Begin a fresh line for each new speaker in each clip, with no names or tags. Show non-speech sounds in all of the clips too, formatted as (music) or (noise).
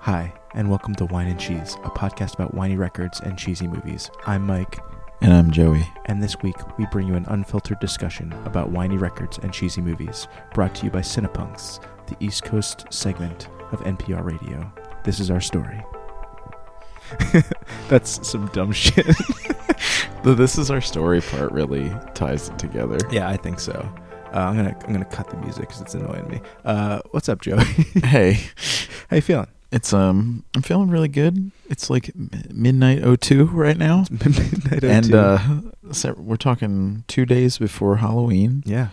Hi, and welcome to Wine and Cheese, a podcast about whiny records and cheesy movies. I'm Mike,
And I'm Joey.
and this week we bring you an unfiltered discussion about whiny records and cheesy movies, brought to you by Cinepunks, the East Coast segment of NPR Radio. This is our story. (laughs) That's some dumb shit.
(laughs) The this is our story part really ties it together.
yeah, I think so. Uh, I'm gonna I'm gonna cut the music because it's annoying me. Uh, what's up, Joey? (laughs)
hey,
How you feeling? (laughs)
it's um I'm feeling really good. It's like m- midnight 02 right
Oh
now.
Midnight
And
02.
uh so we're talking 2 days before Halloween.
yeah.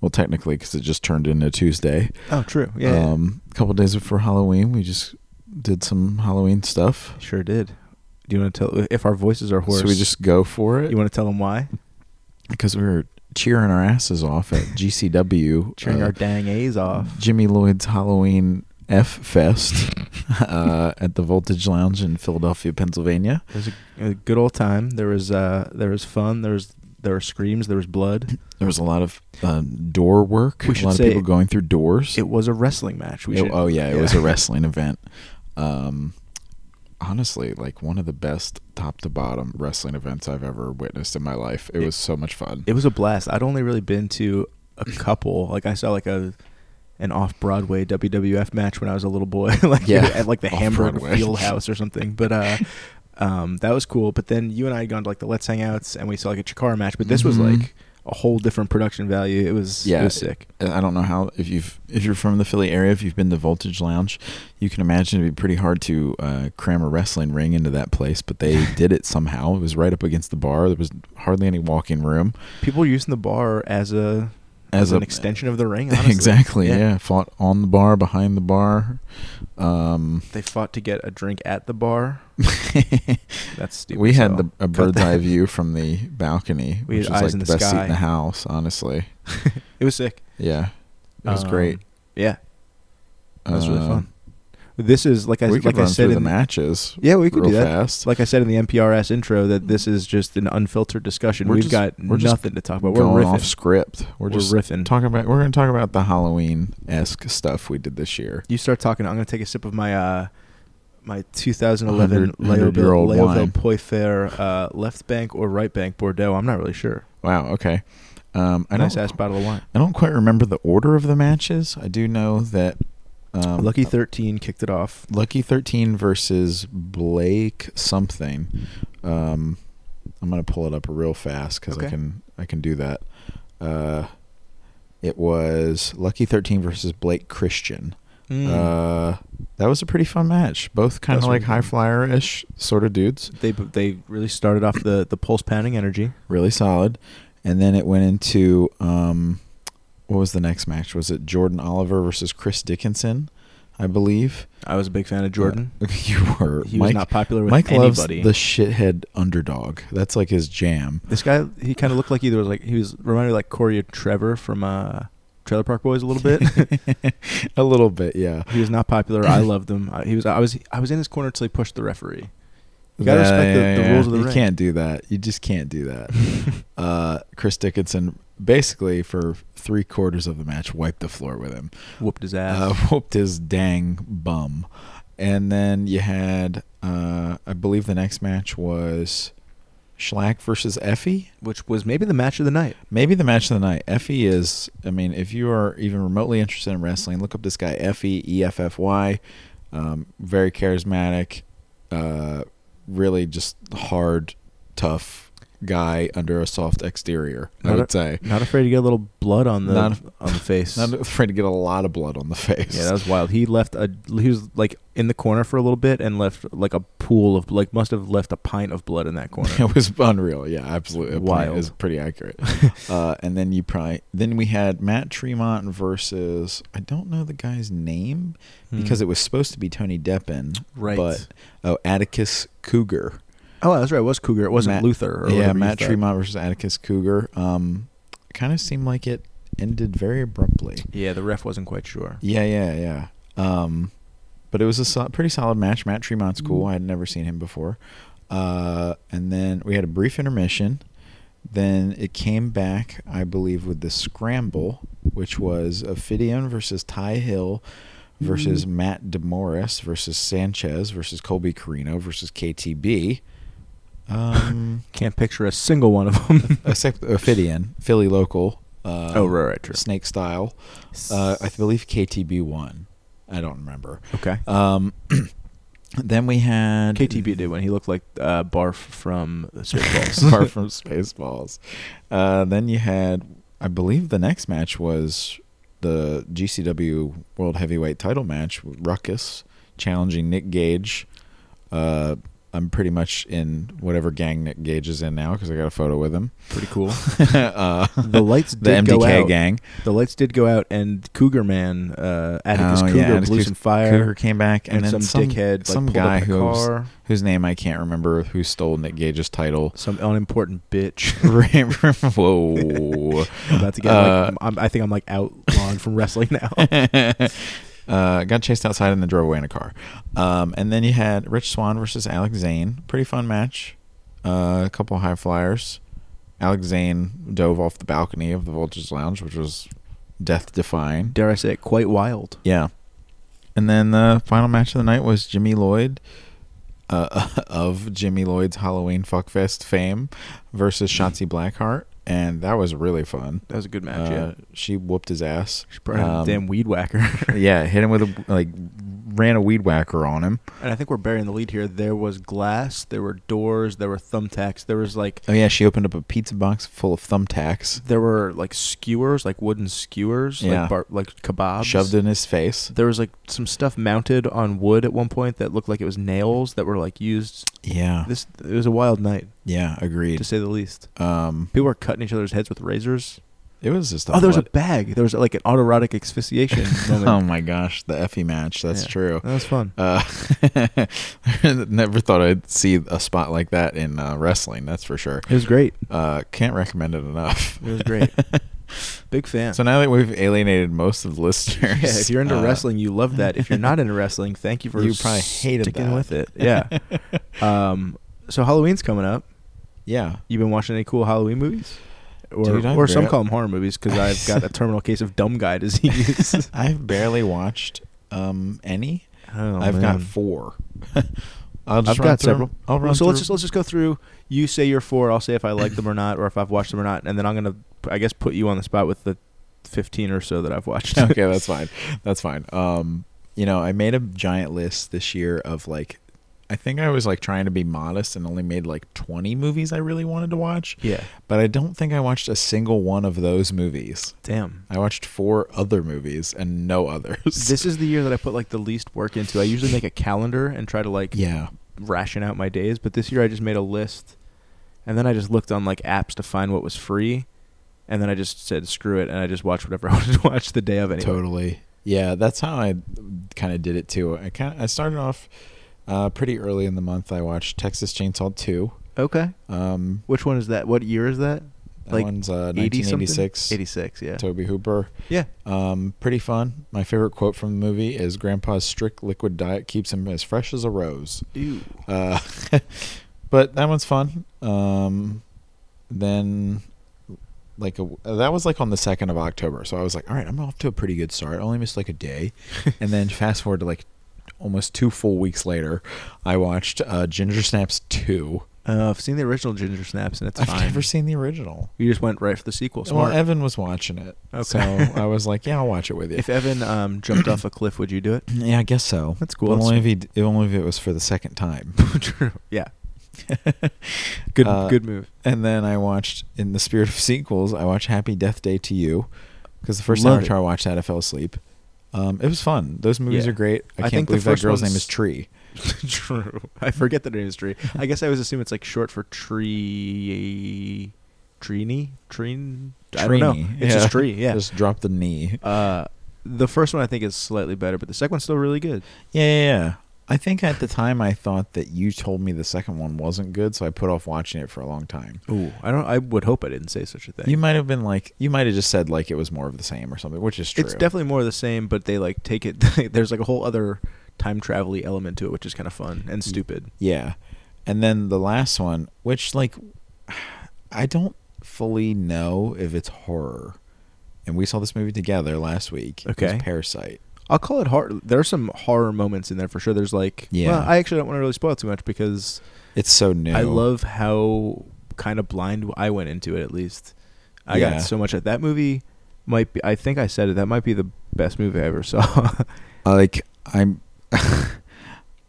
Well, technically cuz it just turned into Tuesday.
Oh, true. Yeah, yeah.
Um a couple days before Halloween, we just did some Halloween stuff.
Sure did. Do you want to tell if our voices are hoarse?
So we just go for it
you want to tell them why?
because we were cheering our asses off at GCW.
Cheering
uh,
our dang A's off.
Jimmy Lloyd's Halloween
(laughs)
F Fest uh, at the Voltage Lounge in Philadelphia, Pennsylvania.
It was a, a good old time. There was uh, there was fun. There was there were screams. There was blood.
There was a lot of um, door work.
We
a
should
lot
say-
of people going through doors.
It was a wrestling match. We
It-
should.
oh yeah, it
yeah. (laughs)
was a wrestling event. Um, honestly, like one of the best top to bottom wrestling events I've ever witnessed in my life. It,
It-
was so much fun.
It was a blast. I'd only really been to a couple. Like I saw like a an off Broadway WWF match when I was a little boy. (laughs) like
Yeah.
at like the Hamburg
Off-Broadway. (laughs)
Field House or something. But uh, um, that was cool. But then you and I had gone to like the Let's Hangouts and we saw like a Chikara match. But this was
Mhm.
like a whole different production value. It was it
Yeah.
was sick.
Uh, I don't know how if you've if you're from the Philly area, if you've been to Voltage Lounge, you can imagine it'd be pretty hard to uh, cram a wrestling ring into that place.
(laughs)
But they did it somehow. It was right up against the bar. There was hardly any walking room.
People were using the bar as a as,
As a-
an
(laughs)
extension of the ring. Honestly.
exactly,
Yeah.
yeah. Fought on the bar, behind the bar. Um,
They fought to get a drink at the
(laughs)
bar. That's stupid.
we had
so-
the, a bird's eye view from the balcony,
(laughs) We
which
had
is
eyes
like
in
the
the
best seat
sky.
in the house. Honestly,
It was sick.
yeah, it was
Um,
great.
Yeah, that was really
Uh,
fun. This is like I
we could
like I
run
said
through
in
the matches.
Yeah, we could
real
do that.
fast.
Like I said in the NPRS intro, that this is just an unfiltered discussion.
We're
We've
just-
got
we're just
nothing to talk about. We're
going
riffing.
off script. We're,
we're
just
riffing.
talking about. We're going to talk about the Halloween esque stuff we did this year.
you start talking. I'm going to take a sip of my uh, my 2011
100 year
Leoville
old
Leoville
wine.
Poifer uh, left bank or right bank Bordeaux. I'm not really sure.
Wow. Okay. Um, I
nice
don't.
ass bottle of wine.
I don't quite remember the order of the matches. I do know that. Um,
Lucky 13 kicked it off.
Lucky thirteen versus Blake something. Um, I'm gonna pull it up real fast because
Okay.
I can I can do that. Uh, it was Lucky thirteen versus Blake Christian.
Hmm. Mm.
Uh, that was a pretty fun match. Both kind
That was
of like
really
high
fun.
flyer ish sort of dudes.
they they really started off the the pulse pounding energy.
really solid. And then it went into um, what was the next match? Was it Jordan Oliver versus Chris Dickinson? I believe (laughs)
I was a big fan of Jordan.
Uh, you were
he was
Mike.
not popular with
Mike loves
anybody.
the shithead underdog. That's like his jam. (laughs)
This guy, he kind of looked like he was like he was reminded me like Corey Trevor from uh, Trailer Park Boys a little
(laughs)
bit.
a little bit, yeah.
he was not popular. I loved him. I, he was I was I was in his corner until he pushed the referee. You gotta respect the- the rules of the
You
ring.
can't do that. You just can't do that.
(laughs)
uh, Chris Dickinson basically for three quarters of the match wiped the floor with him.
Whooped his ass.
uh, (laughs) whooped his dang bum. And then you had, uh, I believe the next match was Schlack versus Effie.
which was maybe the match of the night.
Maybe the match of the night. Effie is, I mean, if you are even remotely interested in wrestling, look up this guy, Effie, E F F Y. Um, very charismatic, uh, really just hard, tough guy under a soft exterior, I
Not
would
a-
say.
Not afraid to get a little blood on the
Not-
on the face.
(laughs) Not afraid to get a lot of blood on the (laughs) face.
yeah, that was wild. He left a he was like in the corner for a little bit and left like a pool of like must have left a pint of blood in that corner.
(laughs) It was unreal. Yeah, absolutely.
Wild.
It was pretty accurate.
(laughs)
uh, and then you probably then we had Matt Tremont versus I don't know the guy's name because it was supposed to be Tony Deppen,
Hmm. right.
but oh Atticus Cougar.
Oh, that's right. It was Cougar. It wasn't
Matt-
Luther. Or
yeah,
whatever you
Matt
thought.
Tremont versus Atticus Cougar. Um, kind of seemed like it ended very abruptly.
Yeah, the ref wasn't quite sure.
Yeah, yeah, yeah. Um, but it was a sol- pretty solid match. Matt Tremont's cool.
Mm-hmm.
I had never seen him before. Uh, and then we had a brief intermission. Then it came back, I believe, with the scramble, which was Ophidian versus Ty Hill versus
Mm-hmm.
Matt Demoris versus Sanchez versus Colby Carino versus KTB.
(laughs)
Um,
Can't picture a single one of
(laughs)
them.
except Ophidian, Philly local. Uh,
Oh, right, right,
Snake style. Uh, I believe KTB won. I don't remember.
Okay.
Um, then we
(laughs)
had (laughs)
KTB did when he looked like uh, Barf from Spaceballs.
far from Spaceballs. Uh, then you had, I believe, the next match was the GCW World Heavyweight Title match. with Ruckus challenging Nick Gage. Uh, I'm pretty much in whatever gang Nick Gage is in now because I got a photo with him. (laughs)
Pretty cool.
uh,
The lights
the
did go
MDK
out.
gang.
The lights did go out, and Cougar Man, uh, Atticus
Oh, yeah,
Cougar,
Atticus
blew some fire,
Cougar came back, and,
and,
then
some, dickhead, like,
some
pulled
guy
up in a
who was-
car,
whose name I can't remember, who stole Nick Gage's title. (laughs)
some unimportant bitch. (laughs)
Whoa.
I'm about to get,
Uh,
like, I'm, I think I'm like outlawed from wrestling
(laughs)
now.
uh, got chased outside and then drove away in a car. Um, and then you had Rich Swan versus Alex Zane. Pretty fun match. Uh, a couple high flyers. Alex Zane dove off the balcony of the Vultures Lounge, which was death defying.
Dare I say it? Quite wild.
Yeah. And then the final match of the night was Jimmy Lloyd uh, (laughs) of Jimmy Lloyd's Halloween Fuckfest fame versus Shotzi Blackheart. And that was really fun.
That was a good match. yeah,
Uh, she whooped his ass.
she brought out
um,
a damn weed whacker. (laughs)
Yeah, hit him with a like ran a weed whacker on him.
and I think we're burying the lead here. There was glass. There were doors. There were thumbtacks. There was like
Oh yeah, she opened up a pizza box full of thumbtacks,
there were like skewers, like wooden skewers,
Yeah.
like bar, like kebabs.
shoved it in his face.
There was like some stuff mounted on wood at one point that looked like it was nails that were like used.
Yeah,
This it was a wild night
yeah,
to
agreed.
say the least.
Um,
People were cutting each other's heads with razors.
it was just a
Oh, there was a
lot-
bag. There was like an autoerotic
(laughs)
asphyxiation
oh
moment.
my gosh, the Effie match. That's
Yeah.
true.
That was fun.
Uh, (laughs) never thought I'd see a spot like that in uh, wrestling. That's for sure.
It was great.
Uh, can't recommend it enough.
It was great. Big fan.
(laughs) So now that we've alienated most of the
Yeah,
listeners,
if you're into
uh,
wrestling, you love that. If you're not into
(laughs)
wrestling, thank you for
You probably hated
sticking
that.
with it. (laughs)
(laughs)
Yeah. um, so Halloween's coming up. (laughs)
yeah,
You been watching any cool Halloween movies? Or,
Dude, I've
or some
gra-
call them horror movies because I've got a terminal case of dumb guy (laughs) disease.
I've barely watched um, any.
Oh,
(laughs) I've got
man.
four. (laughs) I'll
I've got
run through 'em.
several.
I'll run
so let's
through-
just let's just go through. You say you're four. I'll say if I like them or not, or if I've watched them or not, and then I'm gonna, I guess, put you on the spot with the fifteen or so that I've watched.
(laughs) okay, that's fine. That's fine. Um, you know, I made a giant list this year of like, I think I was like trying to be modest and only made like 20 movies I really wanted to watch,
(laughs) yeah.
but I don't think I watched a single one of those movies. (laughs)
Damn.
I watched four other movies and no others.
This is the year that I put like the least work into. I usually make a calendar and try to like
(laughs) yeah,
ration out my days, but this year I just made a list and then I just looked on like apps to find what was free and then I just said screw it and I just watched whatever (laughs) I wanted to watch the day of anyway.
totally. Yeah, that's how I kind of did it too. I kind of I started off uh, pretty early in the month. I watched Texas Chainsaw 2.
Okay.
Um,
Which one is that? What year is that?
that
Like
one's uh,
80 something?
1986.
86, yeah.
Toby Hooper.
Yeah.
Um, pretty fun. My favorite quote from the movie is Grandpa's strict liquid diet keeps him as fresh as a rose.
Ew.
Uh, (laughs) but that one's fun. Um, then like a, that was like on the 2nd of October. So I was like, all right, I'm off to a pretty good start. I only missed like a (laughs) day. and then fast forward to like almost two full weeks later, I watched uh, Ginger Snaps 2.
Uh, I've seen the original Ginger Snaps and it's
I've
fine.
never seen the original.
you just went right for the sequel.
Well,
Smart.
Evan was watching it.
Okay.
(laughs) So I was like, yeah, I'll watch it with you.
if Evan um, jumped off a cliff, would you do it?
Yeah, I guess so.
That's cool.
But
That's
only if, he, d- if only if it was for the second time. (laughs)
True. Yeah. Good
Uh,
good move.
and then I watched, in the spirit of sequels, I watched Happy Death Day to You because the first
Love
time I tried to watch that, I fell asleep. Um, it was fun. Those movies
Yeah.
are great.
I
I, can't
think the
believe that
first
girl's name
one's-
is Tree.
True. I forget the name is tree. I guess I always assume it's like short for tree, trini, trin. I don't know.
Trini.
It's
Yeah.
just tree. Yeah.
Just drop the knee.
uh, the first one I think is slightly better, but the second one's still really good.
Yeah, yeah, yeah. I think at the time I thought that you told me the second one wasn't good, so I put off watching it for a long time.
Ooh, I don't. I would hope I didn't say such a thing.
You might have been like, you might have just said like it was more of the same or something, which is true.
it's definitely more of the same, but they like take it. (laughs) there's like a whole other time travel element to it, which is kind of fun
Mm.
and stupid.
Yeah. And then the last one, which like (sighs) I don't fully know if it's horror. And we saw this movie together last week. It was
Okay.
Parasite.
I'll call it horror. There are some horror moments in there for sure. There's like,
Yeah.
well, I actually don't want to really spoil too much because
It's so new.
I love how kind of blind I went into it. At least I
Yeah.
got so much at that movie. Might be, I think I said it. That might be the best movie I ever (laughs) saw.
I like I'm (laughs)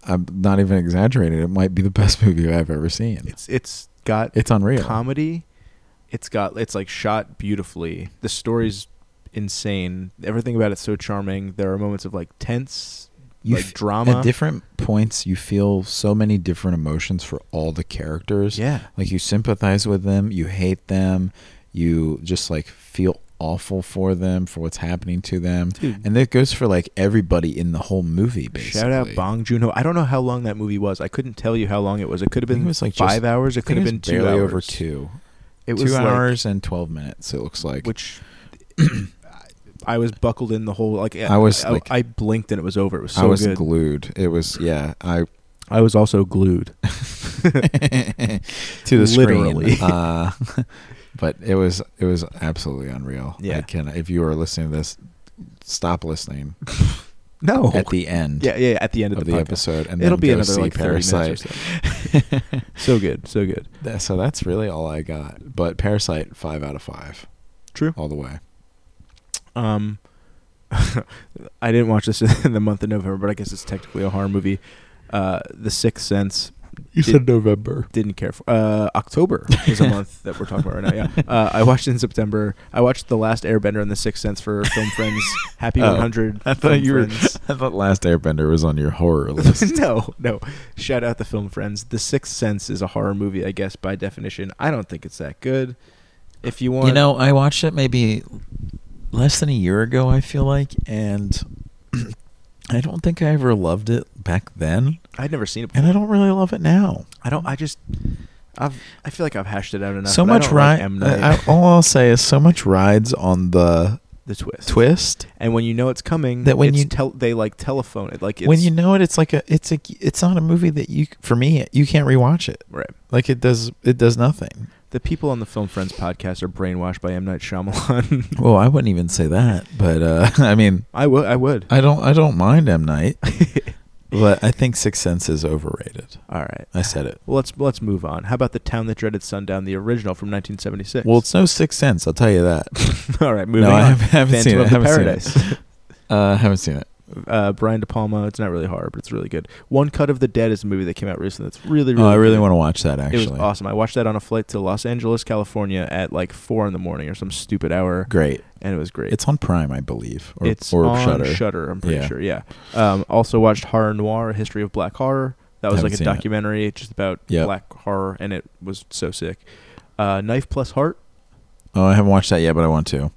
I'm not even exaggerating. It might be the best movie I've ever seen. It's,
it's it's got
unreal.
comedy. It's got it's like shot beautifully. The story's insane. Everything about it's so charming. There are moments of like tense,
You
like
f-
drama.
At different points, you feel so many different emotions for all the characters.
yeah,
Like you sympathize with them, you hate them, you just like feel awful for them for what's happening to them.
dude.
And that goes for like everybody in the whole movie. Basically,
Shout out Bong Joon Ho. I don't know how long that movie was. I couldn't tell you how long it was. It could have
I think
been
it was like
five
just-
hours. It
I think
could have
was
been two
barely
hours.
over two.
It
two
was like-
hours and twelve minutes. It looks like.
which I was buckled in the whole. Like
I was,
I,
like-
I blinked and it was over. It was so
I was
good.
glued. It was yeah. I (laughs)
I was also glued.
to the
(laughs) Literally.
screen. Uh, (laughs) but it was it was absolutely unreal.
Yeah.
I can, if you are listening to this, stop listening
No.
at the end
yeah, yeah. At the end of,
of
the,
the
podcast.
episode, and
It'll
then
be
go
another
see
like
Parasite.
thirty minutes or so. (laughs) so good, so good.
That- So that's really all I got. But Parasite, five out of five,
True.
all the way.
Um, (laughs) I didn't watch this (laughs) in the month of November, but I guess it's technically a horror movie. Uh, The Sixth Sense.
You
said
November.
Didn't care for. Uh, October is
(laughs)
a month that we're talking about right now. Yeah. Uh, I watched it in September. I watched The Last Airbender and The Sixth Sense for Film
(laughs)
Friends Happy
Oh.
100.
I thought
Film
you were-
Friends.
(laughs)
(laughs)
I thought Last Airbender was on your horror list.
no, no. Shout out the film friends. The Sixth Sense is a horror movie, I guess, by definition. I don't think it's that good. If you want,
You know, I watched it maybe less than a year ago, I feel like, and (clears throat) I don't think I ever loved it back then,
I'd never seen it. Before.
and I don't really love it now.
I don't. I just. I've. I feel like I've hashed it out enough.
so
but I
much uh,
don't like
ride.
M. Night.
all I'll say is so much rides on the
(laughs) the twist.
twist.
And when you know it's coming,
That when
it's
you-
tel- they like telephone it. Like it's,
when you know it, it's like a it's a it's not a movie that you for me you can't rewatch it.
Right.
Like it does it does nothing.
the people on the Film Friends podcast are brainwashed by M Night Shyamalan. (laughs)
Well, I wouldn't even say that, but uh, (laughs) I mean,
I would. I would.
I don't I don't mind M (laughs) Night, but I think Sixth Sense is overrated.
All right.
I said it.
Well, let's let's move on. How about the town that dreaded sundown, the original from 1976?
Well, it's no Sixth Sense, I'll tell you that.
(laughs)
(laughs)
all right, moving
no, I
on.
haven't, haven't
Phantom
seen it.
of the
haven't seen it.
Paradise. (laughs)
Uh, haven't seen it.
uh, Brian De Palma. It's not really horror, but it's really good. One Cut of the Dead is a movie that came out recently. That's really, really.
oh, I really
good.
want to watch that.
It
Actually,
was awesome. I watched that on a flight to Los Angeles, California, at like four in the morning or some stupid hour,
great.
and it was great.
It's on Prime, I believe, or,
it's
or
on
Shutter.
I'm pretty
Yeah.
sure. Yeah. Um, also watched Horror Noir: A History of Black Horror. That was
Haven't
like a
seen it.
documentary just about
Yep.
black horror, and it was so sick. Uh, Knife Plus Heart.
Oh, I haven't watched that yet, but I want to.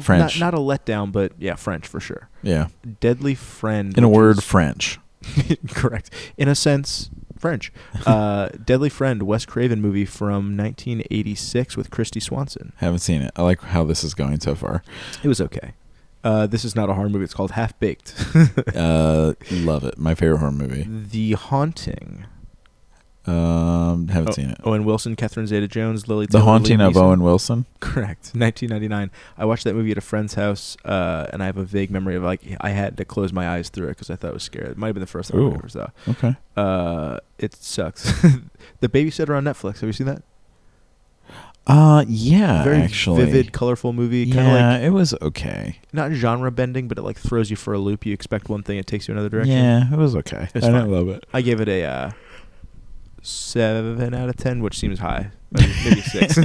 French.
Not, not a letdown, but yeah, French for sure.
Yeah.
Deadly Friend.
In a
which
word,
is-
French.
(laughs) Correct. In a sense,
(laughs)
French. Uh, Deadly Friend, Wes Craven movie from 1986 with Christy Swanson.
Haven't seen it. I like how this is going so far.
It was okay. Uh, this is not a horror movie. It's called Half Baked.
(laughs) Uh, love it. My favorite horror movie.
the Haunting.
Um, haven't
Oh,
seen it.
Owen Wilson, Catherine Zeta-Jones, Lily.
The
Taylor,
Haunting
Liam
of uh,
Neeson.
Owen Wilson.
Correct. (laughs) 1999. I watched that movie at a friend's house, uh, and I have a vague memory of like I had to close my eyes through it because I thought it was scary. It might have been the first time
Ooh.
I ever saw.
Okay.
Uh, it sucks. (laughs) the Babysitter on Netflix. Have you seen that?
Uh, yeah,
Very
actually.
vivid, colorful movie. Kind of
Yeah,
like
it was okay.
not genre bending, but it like throws you for a loop. You expect one thing, it takes you another direction.
Yeah, it was okay.
It's
I
fine.
didn't love it.
I gave it a uh, seven out of ten, which seems
(laughs)
high. Maybe, maybe six.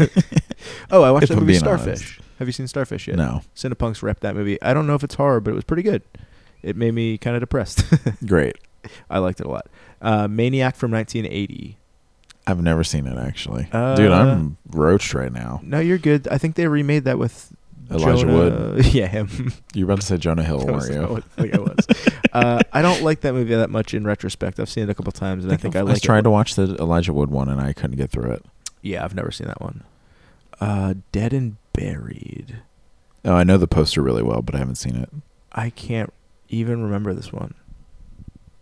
oh, I watched
If
that
I'm
movie
being
Starfish. Have you seen Starfish yet?
No,
Cinepunks repped that movie. I don't know if it's horror, but it was pretty good. It made me kind of depressed. (laughs)
great.
I liked it a lot. Uh, Maniac from 1980.
I've never seen it actually.
Uh,
Dude, I'm roached right now.
No, you're good. I think they remade that with
Elijah Wood.
Jonah- (laughs) Yeah, him.
You're about to say Jonah Hill,
That was-
weren't you?
that was- (laughs) I think I was. uh, I don't like that movie that much in retrospect. I've seen it a couple times, and I think I, like.
I tried to watch the Elijah Wood one and I couldn't get through it.
Yeah, I've never seen that one. Uh, Dead and Buried.
Oh, I know the poster really well, but I haven't seen it.
I can't even remember this one.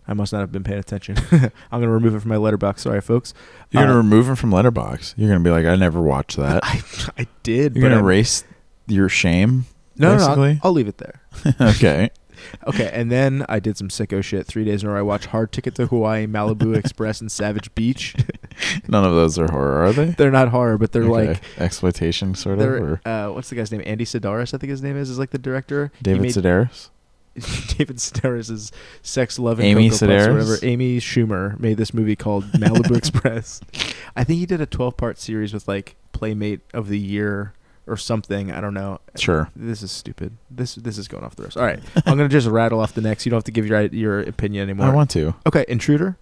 I must not have been paying attention. (laughs) I'm gonna remove it from my letterbox. Sorry, folks.
You're gonna
Uh,
remove him from Letterbox. You're gonna be like, I never watched that.
I, I did.
You're
but
gonna
I'm-
erase your shame. (laughs)
no, no, no,
basically?
I'll leave it there.
okay.
Okay, and then I did some sicko shit. Three days in a row, I watched Hard Ticket to Hawaii,
(laughs)
Malibu Express, and Savage Beach.
None of those are horror, are they?
They're not horror, but they're like
exploitation, sort of.
they're
Or
uh, what's the guy's name? Andy Sidaris, I think his name is, is like the director. He
David
made-
Sedaris.
(laughs) David Sedaris is sex loving Cocoa
Amy
Puffs or
Sedaris?
whatever. Amy Schumer made this movie called
(laughs)
Malibu Express. I think he did a 12 part series with like Playmate of the Year or something. I don't know.
Sure.
This is stupid. This this is going off the rails. All right, I'm gonna just rattle off the next. You don't have to give your your opinion anymore.
(laughs) I want to.
okay, Intruder.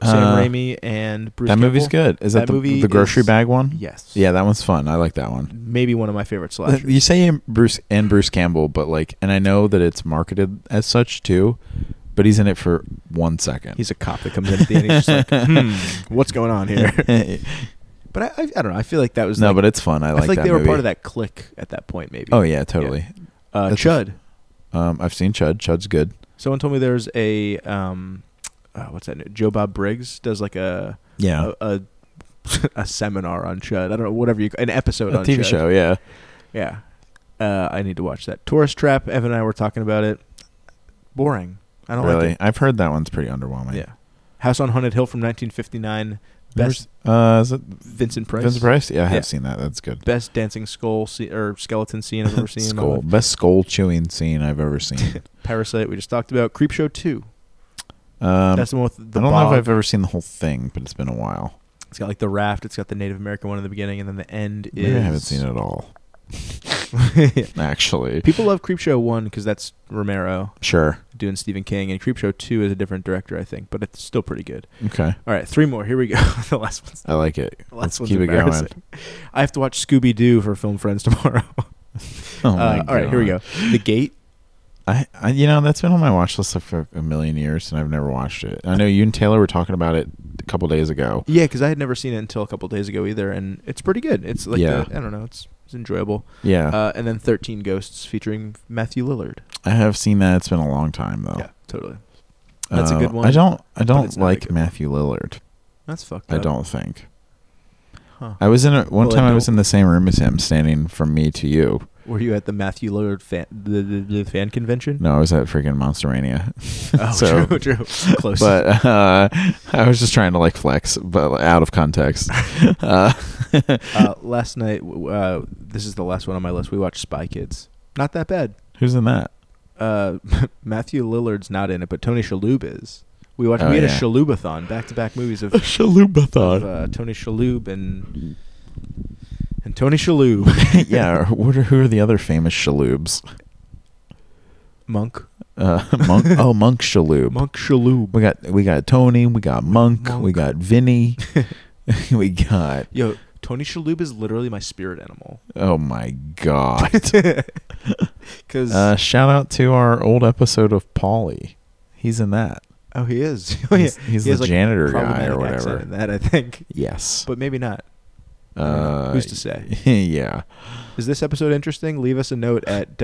Uh,
Sam Raimi and Bruce.
that movie's
Campbell.
good. Is that,
That
the,
movie
the grocery
is-
bag one?
Yes.
Yeah, Uh, that one's fun. I like that one.
Maybe one of my favorite slashers.
You say Bruce and Bruce Campbell, but like, and I know that it's marketed as such too, but he's in it for one second.
He's a cop that comes in at the end. He's just
(laughs)
like, hmm, what's going on here? But I, I, I don't know. I feel like that was
no,
like-
but it's fun. I
I
like.
feel like
that
they were
movie.
part of that clique at that point. Maybe.
Oh yeah, totally.
Uh,
That's-
Chud.
Um, I've seen Chud. Chud's good.
Someone told me there's a um, uh, what's that? name? Joe Bob Briggs does like a
Yeah,
a, a, (laughs) a seminar on Chud. I don't know whatever you an episode
a
on
TV
Chud.
show. Yeah,
Yeah, uh, I need to watch that. Tourist Trap. Evan and I were talking about it. Boring. I don't
really. Oh,
like it.
I've heard that one's pretty underwhelming.
Yeah. House on Haunted Hill from 1959. Best
Uh, is it
Vincent Price.
Vincent Price? Yeah, I have
Yeah.
seen that. That's good.
Best dancing skull se- or skeleton scene I've ever seen. in my
Skull.
life.
Best skull chewing scene I've
(laughs)
ever seen.
Parasite. We just talked about Creepshow 2.
Um,
That's the one with the
I don't know
bog.
if I've ever seen the whole thing, but it's been a while.
It's got like the raft. It's got the Native American one in the beginning, and then the end is.
Maybe I
(laughs)
haven't seen it all. Actually,
People love Creepshow one because that's Romero
sure.
doing Stephen King, and Creepshow two is a different director, I think, but it's still pretty good.
Okay,
All right, three more. Here we go. (laughs) the last one's
I like it.
the last
Let's
one's
keep it going.
embarrassing. I have to watch Scooby Doo for Film Friends (laughs) tomorrow.
Oh
Uh,
my
all right, here we go.
God.
The Gate.
I, I, you know, that's been on my watch list for a million years, and I've never watched it. I know you and Taylor were talking about it a couple days ago.
Yeah, because I had never seen it until a couple days ago either, and it's pretty good. It's like
Yeah.
the- I don't know. It's it's enjoyable.
Yeah,
Uh, and then Thirteen Ghosts featuring Matthew Lillard.
I have seen that. It's been a long time though.
Yeah, totally. that's a
Uh,
good one,
I don't, I
it's
don't
not a
like
good Uh,
Matthew Lillard.
That's fucked.
I
up.
don't think.
Huh.
I was in a,
Well,
one
I
time. I
don't-
was in the same room as him, standing from me to you.
Were you at the Matthew Lillard fan the, the, the fan
(laughs)
convention?
No, I was at freaking Monster Mania.
Oh,
So-
true, (laughs) true. Close.
but uh, (laughs) I was just trying to like flex, but like, out of
(laughs)
context. uh,
uh, last night, w- uh, this is the last one on my list. We watched Spy Kids. Not that bad.
who's in that?
Uh, (laughs) Matthew Lillard's not in it, but Tony Shalhoub is. We watched.
Oh,
we had a
yeah.
Shaloubathon, back-to-back movies
(laughs)
of, of
Shalubathon.
uh, Tony Shalhoub and and Tony Shalhoub,
(laughs) yeah, or what are, who are the other famous Shaloubs?
(laughs) Monk,
Uh, (laughs)
(laughs)
Monk. oh, Monk Shaloub.
Monk Shalhoub.
We got we got Tony. We got Monk. We
Monk.
got
(laughs)
Vinny. (laughs) we got
Yo, Tony Shalhoub is literally my spirit
(laughs)
animal. (laughs)
oh my god.
Because
Uh, shout out to our old episode of Polly. He's in that.
oh, he is. (laughs) Oh yeah.
He's, he's
He
the
has, like,
janitor guy
problematic
or
accent in
whatever.
that I think,
Yes.
but maybe not.
Uh,
Who's to say?
(laughs) yeah.
Is this episode interesting? Leave us a note
(laughs)
at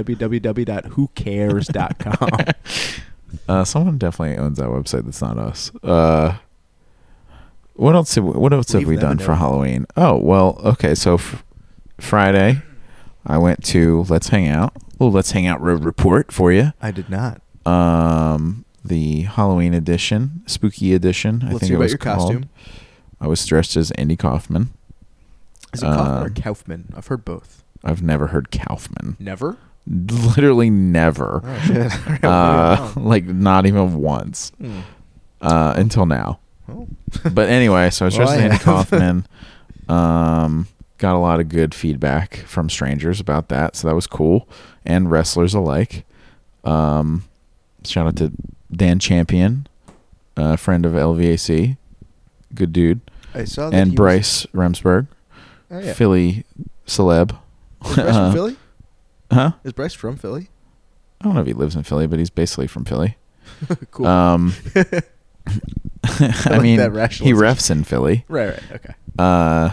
www.whocares.com.
Uh, someone definitely owns that website. That's not us. Uh, what else? Have, what else
Leave
have we
them a
done for
note.
Halloween? Oh well. Okay. So f- Friday, I went to Let's Hang Out. Well, Let's Hang Out Road Report for you.
I did not.
Um, the Halloween edition, spooky edition. I
Let's
think
hear about
it was
your
called.
costume.
I was dressed as Andy Kaufman.
Is it Kaufman or
Um,
Kaufman? I've heard both.
I've never heard Kaufman. (laughs)
Never.
Literally never. (laughs)
Oh, shit. (laughs)
Uh, (laughs) like not even once
Oh. Hmm.
uh, until now.
Well,
But anyway, so I was
Well,
dressed
I
as Andy
have. (laughs)
Kaufman. Um, got a lot of good feedback from strangers about that, so that was cool, and wrestlers alike. Um, shout out to Dan Champion, a friend of LVAC, good dude,
I saw that. he
and
was-
Bryce Remsburg,
oh, yeah.
Philly celeb.
Is Bryce
(laughs) Uh,
from Philly?
Huh?
Is Bryce from Philly? (laughs)
I don't know if he lives in Philly, but he's basically from Philly.
cool. (laughs)
Um, (laughs) I,
like
mean,
that
he
rationalization.
refs in Philly.
right. Right. Okay.
Uh,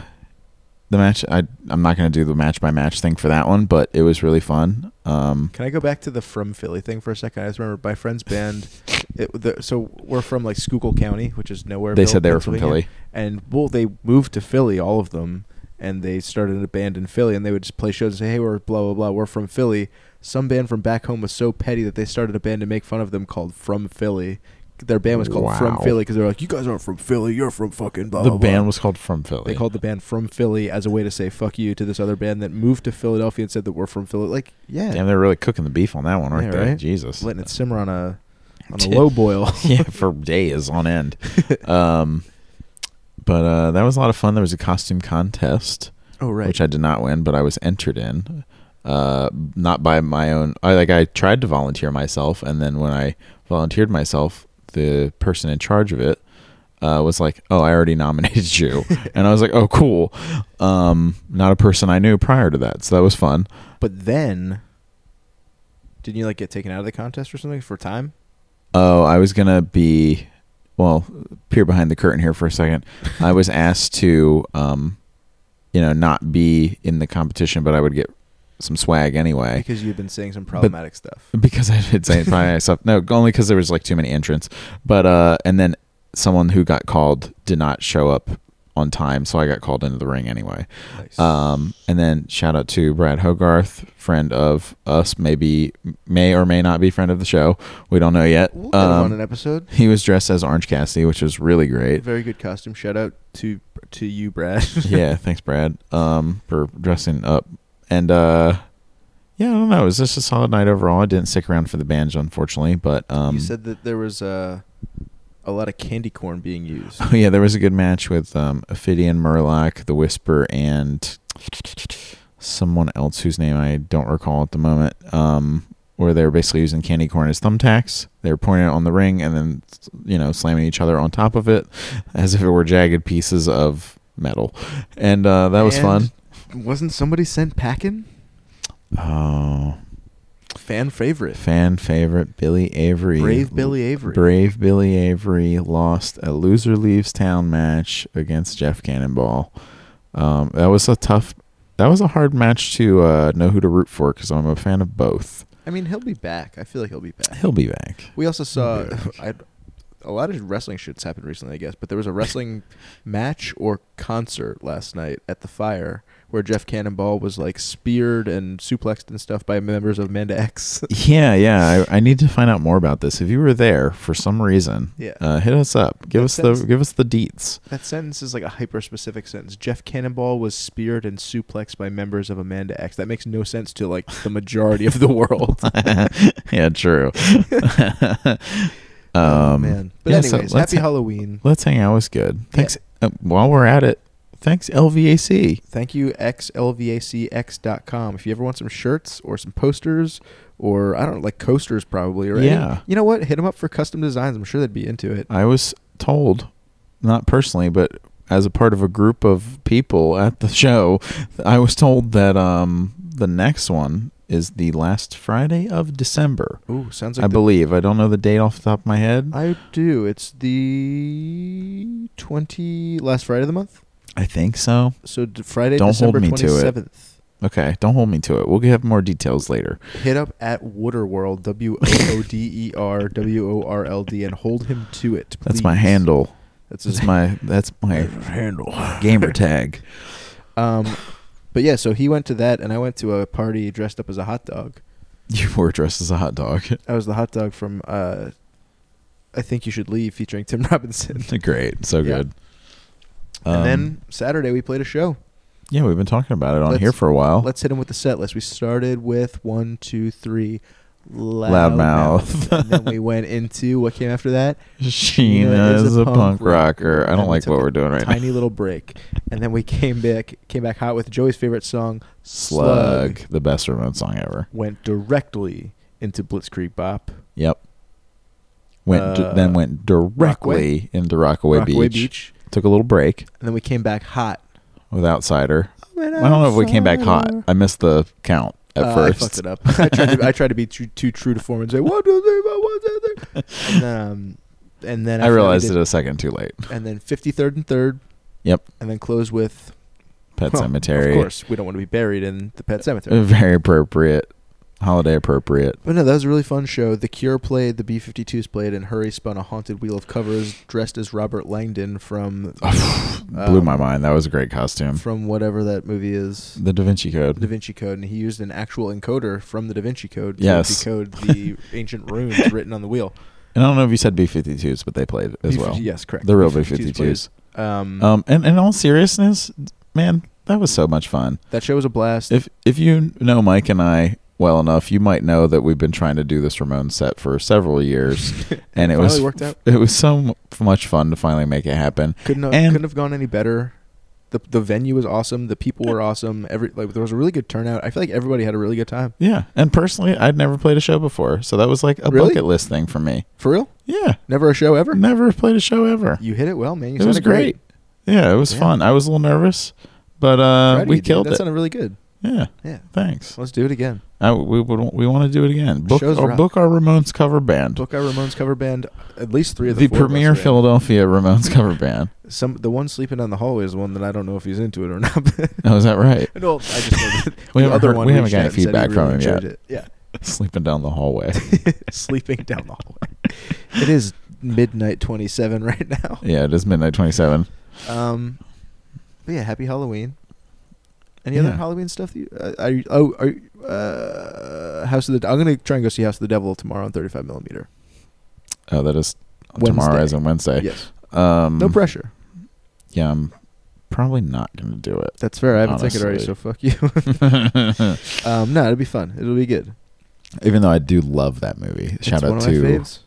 the match, I I'm not going to do the match by match thing for that one, but it was really fun. Um,
Can I go back to the from Philly thing for a second? I just remember my friend's band. It, the, so we're from like Schuylkill County, which is nowhere.
they said they were from Philly.
and well, they moved to Philly, all of them, and they started a band in Philly, and they would just play shows and say, "Hey, we're blah blah blah, we're from Philly." Some band from back home was so petty that they started a band to make fun of them called From Philly. Their band was called From
Wow.
Philly because they were like, "You guys aren't from Philly. You're from fucking blah."
the
blah, blah."
band was called From Philly.
They called the band From Philly as a way to say "fuck you" to this other band that moved to Philadelphia and said that we're from Philly. Like, yeah,
Damn, they're really cooking the beef on that one, aren't
Yeah,
they?
right?
Jesus.
letting it simmer on a on a
Dude.
low boil.
(laughs) yeah, for days on (laughs) end. Um, but uh, that was a lot of fun. There was a costume contest,
Oh right.
which I did not win, but I was entered in. Uh, not by my own. I like I tried to volunteer myself, and then when I volunteered myself, the person in charge of it uh, was like, "Oh, I already (laughs) nominated you," and I was like, "Oh, cool." Um, not a person I knew prior to that, so that was fun.
but then, didn't you like get taken out of the contest or something for time?
Oh, I was gonna be well, peer behind the curtain here for a second. I was asked to um you know, not be in the competition, but I would get some swag anyway.
Because you've been saying some problematic stuff.
Because (laughs) I did say by myself. No, only because there was like too many entrants. But uh and then someone who got called did not show up on time, so I got called into the ring anyway.
Nice.
Um, and then shout out to Brad Hogarth, friend of us, maybe may or may not be friend of the show. We don't know yet.
We'll get him
Um,
on an episode.
he was dressed as Orange Cassidy, which was
(laughs)
really great.
Very good costume. Shout out to to you, Brad. (laughs)
yeah, thanks, Brad, um, for dressing up. And uh, yeah, I don't know. It was just a solid night overall. I didn't stick around for the banjo, unfortunately, but um,
you said that there was uh, a lot of candy corn being used.
(laughs) oh yeah, there was a good match with um, Ophidian, Murloc, the Whisper, and someone else whose name I don't recall at the moment. Um, where they were basically using candy corn as thumbtacks. They were pointing it on the ring and then, you know, slamming each other on top of it as if it were jagged pieces of metal. And uh, that was
And
fun.
Wasn't somebody sent packing?
Oh,
Fan favorite.
fan favorite Billy Avery.
Brave Billy Avery.
Brave Billy Avery lost a loser leaves town match against Jeff Cannonball. Um, that was a tough. That was a hard match to uh, know who to root for because I'm a fan of both.
I mean, he'll be back. I feel like he'll be back.
He'll be back.
We also saw
Yeah.
(laughs) I, a lot of wrestling shits happened recently, I guess, but there was a
(laughs)
wrestling match or concert last night at the fire where Jeff Cannonball was like speared and suplexed and stuff by members of Manda X. (laughs)
Yeah, yeah. I, I need to find out more about this. If you were there for some reason, (laughs)
yeah.
uh, hit us up. Give us
Makes
the
sense.
give us the deets.
that sentence is like a hyper specific sentence. Jeff Cannonball was speared and suplexed by members of Amanda X. That makes no sense to like the majority of the (laughs) world.
yeah, true. (laughs) um,
oh man. But
yeah, so
anyways,
let's
happy
ha-
Halloween.
Let's hang out was good. Thanks. Uh, while we're at it, thanks LVAC.
Thank you, xlvacx.com. If you ever want some shirts or some posters or, I don't know, like coasters probably, or any-
Yeah.
you know what? Hit them up for custom designs. I'm sure they'd be into it.
I was told, not personally, but as a part of a group of people at the (laughs) show, I was told that um the next one is the last Friday of December.
Ooh, sounds
I
like the-
believe. I don't know the date off the top of my head.
I do. It's the 20, last Friday of the month.
I think so.
So d- Friday,
Don't hold
December
me to it.
27th.
Okay, don't hold me to it. We'll have more details later.
Hit up at Waterworld, W O O D E R W O R L D, and hold him to it.
That's my
please.
handle.
That's his
That's my that's
(laughs)
my
handle.
gamer tag.
Um, but yeah, so he went to that, and I went to a party dressed up as a hot dog.
You were dressed as a hot dog. (laughs)
I was the hot dog from uh, I think you should leave featuring Tim (laughs) Robinson.
Great, so
Yeah.
good. Um,
and then Saturday we played a show.
yeah, we've been talking about it on
Let's-
here for a while.
Let's hit him with the set list. We started with one, two, three, loud,
Loudmouth.
and then
(laughs)
we went into what came after that.
Sheena is a punk rocker. I
And
don't
we
like
took
what
a
we're doing right now.
tiny little break, and then we came back, came back hot with Joey's favorite song,
Slug, the best remote song ever.
Went directly into Blitzkrieg Bop.
Yep. Went
Uh,
then went directly into Rockaway,
Rockaway
Beach. Took a little break
and then we came back hot.
with Outsider. I don't know if we came back hot. I missed the count at
Uh, I fucked
first.
it up. I tried to, I tried to be too, too true to form and say one, two, three, four, one, two, three. And then, um, and then
I realized it a second too late.
And then fifty third and third.
Yep.
And then close with
Pet
well, (laughs)
Cemetery. Uh,
Of course, we don't want to be buried in the pet cemetery.
Very appropriate. holiday appropriate.
But no, that was a really fun show. The Cure played, the B 52s played, and Hurry spun a haunted wheel of covers dressed as Robert Langdon from
(sighs) Blew
um,
my mind. That was a great costume.
from whatever that movie is,
The Da Vinci
Da
Code.
Vinci Code, and he used an actual encoder from the Da Vinci Code to
Yes.
decode
(laughs)
the ancient runes written on the wheel.
And I don't know if you said B 52s, but they played as well.
Yes, correct.
The real B
B-52s played.
52s.
Um,
Um, and in all seriousness, man, that was so much fun.
that show was a blast.
If if you know Mike and I well enough, you might know that we've been trying to do this Ramon set for several
(laughs)
years, and it
Finally
was
worked out.
It was so mu- much fun to finally make it happen.
Couldn't have,
and-
couldn't have gone any better. The the venue was awesome. The people were awesome. Every like there was a really good turnout. I feel like everybody had a really good time.
Yeah, and personally, I'd never played a show before, so that was like a
Really?
bucket list thing for me.
For real,
Yeah,
never a show ever.
never played a show ever.
You hit it well, man. You
it was
sounded great.
great. Yeah, it was
Yeah.
fun. I was a little nervous, but
Proud
uh,
of
we
you, dude.
killed
That
it.
sounded really good.
yeah,
Yeah,
thanks.
let's do it again.
I, we would, we want to do it again. Book
Shows
or
rock.
book our Ramones cover band.
Book our Ramones cover band. At least three of the,
the
four of us are
premier
in.
Philadelphia Ramones cover band.
Some the one sleeping down the hallway is the one that I don't know if he's into it or (laughs) not.
Oh, is
(laughs)
that right?
no, I just know that
(laughs) We
the
haven't
other
heard-
one
we haven't
reached
got
out
any
and said he
feedback from
really
him yet.
enjoyed it. Yeah,
Sleeping down the
(laughs)
hallway.
sleeping down the
(laughs)
hallway. it is midnight twenty seven right now.
yeah, it is midnight twenty seven.
Um, but yeah, happy Halloween. Any
Yeah.
other Halloween stuff? That you, uh, are you, oh, are you, uh, House of the? I'm gonna try and go see House of the Devil tomorrow on 35 millimeter.
Oh, that is tomorrow
Wednesday.
is on Wednesday.
Yes,
Um,
no pressure.
Yeah, I'm probably not going to do it.
That's fair. I haven't seen it already, so
honestly.
fuck you. (laughs) um, no, it'll be fun. It'll be good.
(laughs) Even though I do love that movie.
It's
Shout
one of
out
my
to.
faves.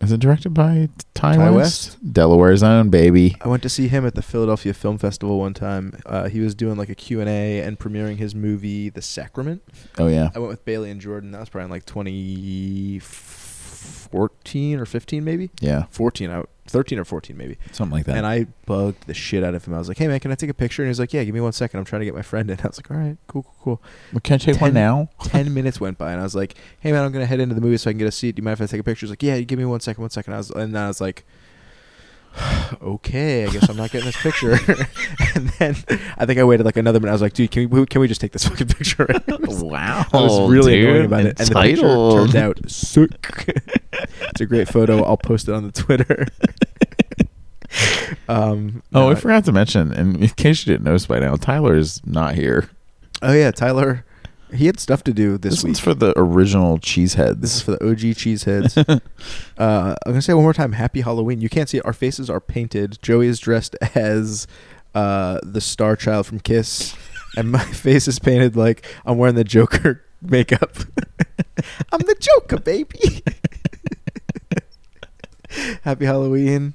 Is it directed by Ty,
Ty
West? Delaware's own baby.
I went to see him at the Philadelphia Film Festival one time. Uh, he was doing like a Q&A and premiering his movie The Sacrament.
Oh yeah.
I went with Bailey and Jordan. That was probably in like 2014 or 15 maybe.
Yeah,
14 out 13 or 14 maybe
something like that.
and i bugged the shit out of him i was like hey man can i take a picture and he was like yeah give me one second i'm trying to get my friend in (laughs) i was like all right cool cool
Well, can I take
Ten- (laughs)
one now?
cool 10 minutes went by and i was like hey man i'm gonna head into the movie so i can get a seat do you mind if i take a picture he's like yeah give me one second one second i was and then i was like (sighs) okay i guess i'm not getting this picture (laughs) and then i think i waited like another minute i was like dude can we can we just take this fucking picture (laughs)
(laughs) wow.
I was really annoying about it, and the picture turned out sick. it's a great photo. I'll post it on the Twitter. (laughs) um,
Oh,
no,
I forgot to mention, and in (laughs) case you didn't notice by now, Tyler is not here.
oh yeah, Tyler. He had stuff to do this,
This,
week.
one's for the original Cheeseheads.
this is for the OG cheeseheads. uh, I'm gonna say it one more time. Happy Halloween! You can't see it. Our faces are painted. Joey is dressed as uh, the Star Child from Kiss, and my (laughs) face is painted like I'm wearing the Joker (laughs) makeup. I'm the Joker, baby. (laughs) Happy Halloween!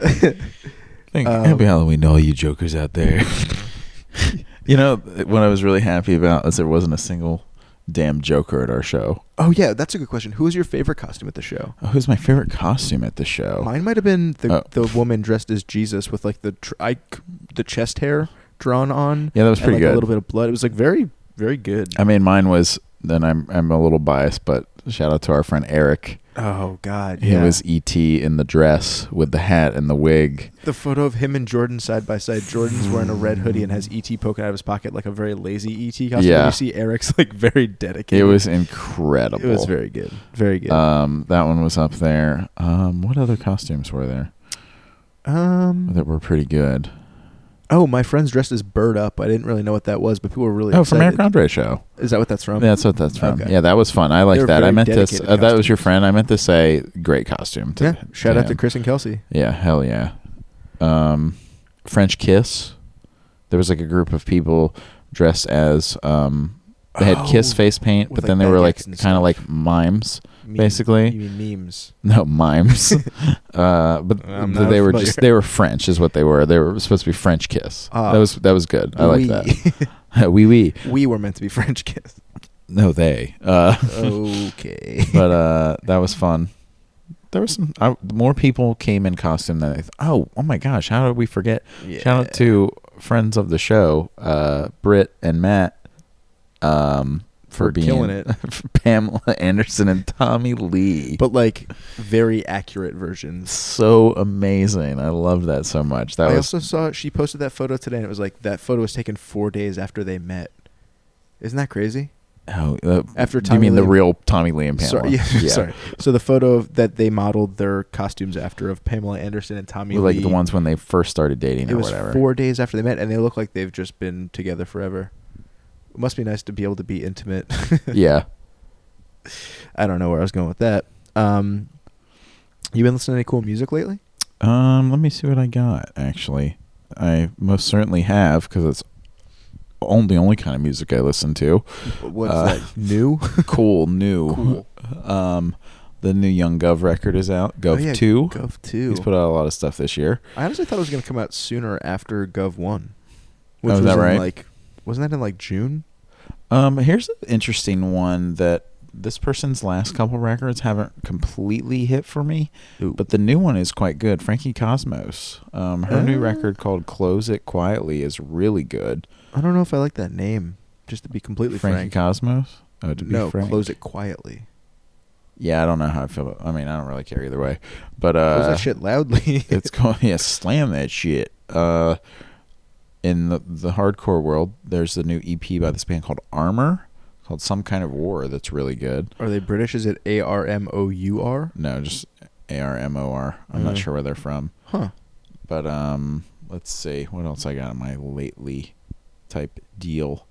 Thank,
Um,
happy Halloween to all you jokers out there. (laughs) you know what I was really happy about is there wasn't a single damn joker at our show.
Oh yeah, that's a good question. Who was your favorite costume at the show?
Oh, who's my favorite costume at the show?
Mine might have been the
Oh.
the woman dressed as Jesus with like the tr- I, the chest hair drawn on.
yeah, that was
and,
pretty
like, A
good.
little bit of blood. It was like very very good.
I mean, mine was. Then I'm I'm a little biased, but shout out to our friend Eric.
Oh God,
He was ET in the dress with the hat and the wig.
the photo of him and Jordan side by side. Jordan's wearing a red hoodie and has ET poking out of his pocket like a very lazy ET costume.
Yeah.
You see Eric's like very dedicated.
It was incredible.
It was very good, very good.
Um, that one was up there. Um, what other costumes were there
um,
that were pretty good?
oh, my friend's dressed as Bird Up. I didn't really know what that was, but people were really
Oh, from
excited.
Eric Andre show.
Is that what that's from?
Yeah, that's what that's from.
Okay.
Yeah, that was fun. I like
They're
that. I
very
meant this.
dedicated
Uh, that was your
costumes.
friend. I meant to say great costume. To,
Yeah. Shout out to
him.
Chris and Kelsey.
Yeah, hell yeah. Um, French Kiss. There was like a group of people dressed as um, they had Kiss
Oh,
face paint, but
with,
then
like,
they were like
baguettes and
kind of
stuff.
like mimes,
Meme-
basically.
You mean memes?
No
(laughs)
mimes, uh, but
I'm
th-
not
they were
familiar.
just they were French, is what they were. They were supposed to be French Kiss.
Ah.
that was that was good. I like
we,
that. (laughs) Wee wee.
(laughs) we were meant to be French
(laughs)
kiss.
No, they. Uh, (laughs)
Okay. (laughs)
but uh that was fun there was some I, more people came in costume than I th- oh oh my gosh how did we forget shout out to friends of the show uh Britt and Matt um for,
for
being
killing it.
for (laughs) Pamela Anderson and Tommy Lee
But like very accurate versions.
so amazing I loved that so much that
I
was
also saw she posted that photo today, and it was like that photo was taken four days after they met. Isn't that crazy?
Oh, uh,
After
you
Tommy
mean the
Lee-
real Tommy Lee and Pamela?
Sorry, (laughs) yeah, sorry. So the photo of, that they modeled their costumes after of Pamela Anderson and Tommy
like
Lee,
the ones when they first started dating
it
or
was
whatever.
four days after they met, and they look like they've just been together forever. It must be nice to be able to be intimate.
yeah,
(laughs) I don't know where I was going with that. Um, you been listening to any cool music lately?
Um, let me see what I got. Actually, I most certainly have because it's on the only kind of music I
(laughs)
listen to.
What's
Uh,
that new?
cool, new. (laughs) Um, the new Young Gov record is out. Gov
Oh, yeah,
two.
Gov two.
He's put out a lot of stuff this year.
I honestly thought it was going to come out sooner after Gov one,
Oh, is that
in
right?
like wasn't that in like June?
Um, here's an interesting one that this person's last couple records haven't completely hit for me,
Ooh.
but the new one is quite good. Frankie Cosmos. Um, her new
Ah.
record called "Close It Quietly" is really good.
I don't know if I like that name. Just to be completely
Frankie
frank,
Cosmos. Oh, to be
no,
frank.
close it quietly.
Yeah, I don't know how I feel. About, I mean, I don't really care either way. But
close
uh,
that shit loudly.
it's (laughs) going. Yeah, slam that shit. Uh, in the the hardcore world, there's a new EP by this band called Armor, called Some Kind of War. That's really good.
(laughs) Are they British? Is it A R M O U R?
No, just A R M O R. I'm not
Mhm.
sure where they're from,
Huh.
but um, let's see what else I got in my lately type deal.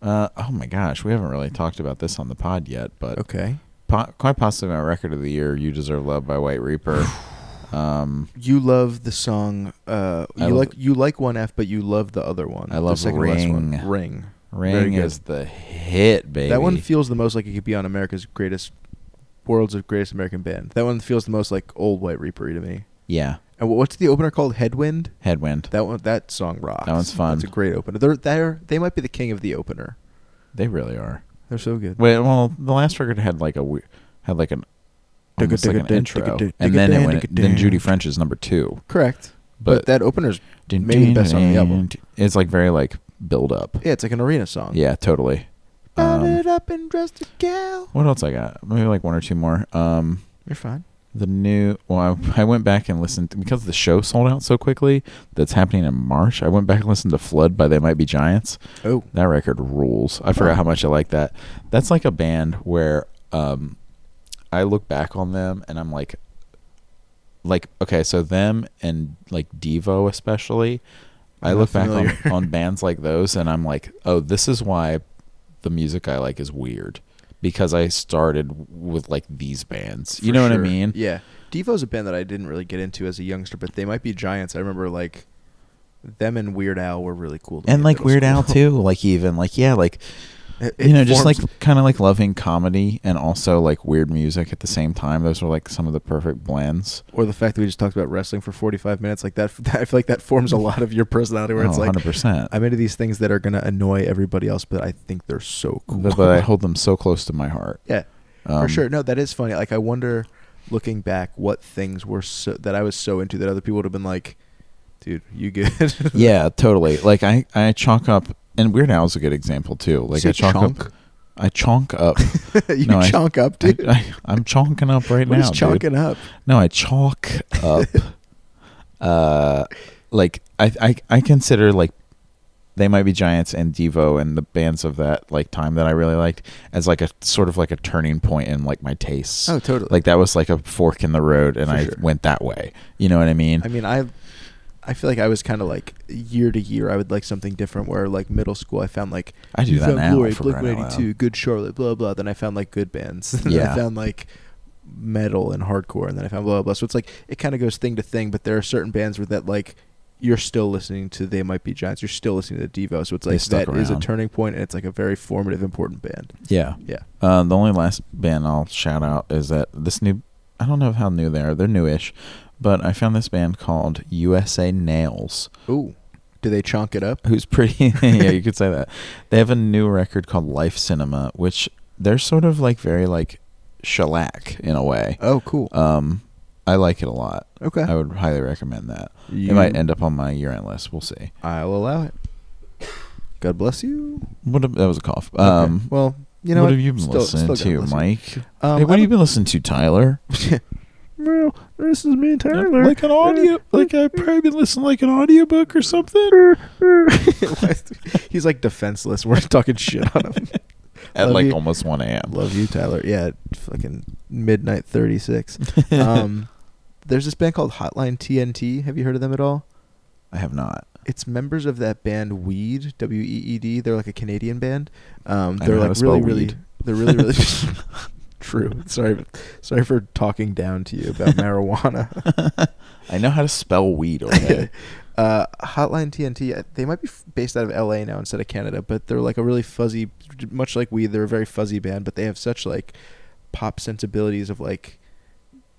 Uh, oh my gosh, we haven't really talked about this on the pod yet, but
Okay.
po- quite possibly my record of the year, "You Deserve Love" by White
(sighs)
Reaper. Um,
You love the song. Uh, you
I love-
like you like one F, but you love the other one.
I love
the second last
Ring.
one. Ring. Very
Ring
good.
is the hit, baby.
That one feels the most like it could be on America's greatest, world's greatest American band. That one feels the most like old White Reaper to me.
yeah,
And wh- what's the opener called? Headwind.
headwind.
That one. That song rocks.
That one's fun.
That's a great opener. They're they're they might be the king of the opener.
They really are.
They're so good.
Wait, well, the last record had like a we- had like an almost like an intro, and then it went. Then Judy French is number two,
Correct.
but
But, that opener's maybe the best song on the album.
It's like very like build up.
yeah, it's like an arena song.
Yeah, totally. Um,
Butted up and dressed a gal.
what else I got? Maybe like one or two more. Um,
You're fine.
the new well I, I went back and listened because the show sold out so quickly that's happening in march i went back and listened to flood by they might be giants
Oh.
that record rules i forgot how much i like that that's like a band where um i look back on them and i'm like like okay so them and like devo especially i
Not
look back on,
familiar.
on bands like those and i'm like oh this is why the music i like is weird because i started with like these bands you
for
know what i
sure.
mean
Yeah. Devo's a band that I didn't really get into as a youngster, but they might be giants. I remember like them and Weird Al were really cool. To me
and
in
like
middle
Weird Al
school.
too. Like even like yeah, like
(laughs) It-
you
it
know, just
forms-
like kind of like loving comedy and also like weird music at the same time. Those were like some of the perfect blends.
or the fact that we just talked about wrestling for 45 minutes, like that. (laughs) I feel like that forms a lot of your personality, where it's like (laughs)
Oh, percent.
I'm into these things that are gonna annoy everybody else, but I think they're so cool.
But but I hold them so close to my heart.
yeah, (laughs)
Um,
for sure. No, that is funny. Like I wonder, looking back, what things were so that I was so into that other people would have been like, "Dude, you good?" (laughs)
Yeah, totally. Like I, I chalk up, and Weird Al is a good example too. Like
Say
I chalk
chonk.
up, I
(laughs)
chonk up.
you
No, I-
chonk up,
I,
dude.
I, am chonking up right
What
now.
is
dude.
chonking up?
No, I chalk up. (laughs) uh, like I, I, I consider like they might be Giants and Devo and the bands of that like time that I really liked as like a sort of like a turning point in like my tastes.
Oh, totally.
Like that was like a fork in the road, and
For
I
sure.
went that way. You know what I mean?
I mean, I I feel like I was kind of like year to year, I would like something different. Where like middle school, I found like
I do that
Found
now,
Glory,
for
Blink
crying
One
out
Eighty Two, Good Charlotte, blah blah. Then I found like good bands. (laughs) Then
Yeah.
I found like metal and hardcore, and then I found blah blah. blah. So it's like it kind of goes thing to thing. But there are certain bands where that like you're still listening to They Might Be Giants, you're still listening to Devo. So it's
They
like
stuck
that is a
around.
turning point, and it's like a very formative, important band.
Yeah.
Yeah.
Uh, the only last band I'll shout out is that this new. I don't know how new they are. They're newish, but I found this band called USA Nails.
Ooh, do they chonk it up?
who's pretty (laughs) yeah you could say that they have a new record called life cinema which they're sort of like very like shellac in a way
Oh, cool.
um i like it a lot
Okay,
i would highly recommend that
You-
it Oh, might end up on my year end list we'll see
I'll allow it. God bless you.
what a, that was a cough
Okay.
um
well, you know
what
what?
have you been
Still- still
listening
gotta
to
listen.
mike
Um,
hey,
I'm-
what have you been listening to tyler
Well, (laughs) this is me, Tyler.
like an audio like i probably been listening to like an audiobook
(laughs)
or something
(laughs) He's like defenseless. We're talking shit on him.
at
Love
like
you.
almost
(laughs)
1 a.m.
Love you, Tyler. Yeah, fucking midnight thirty six.
(laughs)
Um, there's this band called Hotline TNT. Have you heard of them at all?
I have not.
It's members of that band Weed, W E E D. They're like a Canadian band. Um,
I
they're
know how
like
to
really,
spell
really,
weed.
they're really,
(laughs)
really (laughs) true. Sorry, sorry for talking down to you
(laughs)
about marijuana.
I know how to spell
(laughs)
weed. Okay.
Uh, Hotline TNT. uh, They might be f- based out of LA now instead of Canada, but they're like a really fuzzy, much like Weed. They're a very fuzzy band, but they have such like pop sensibilities of like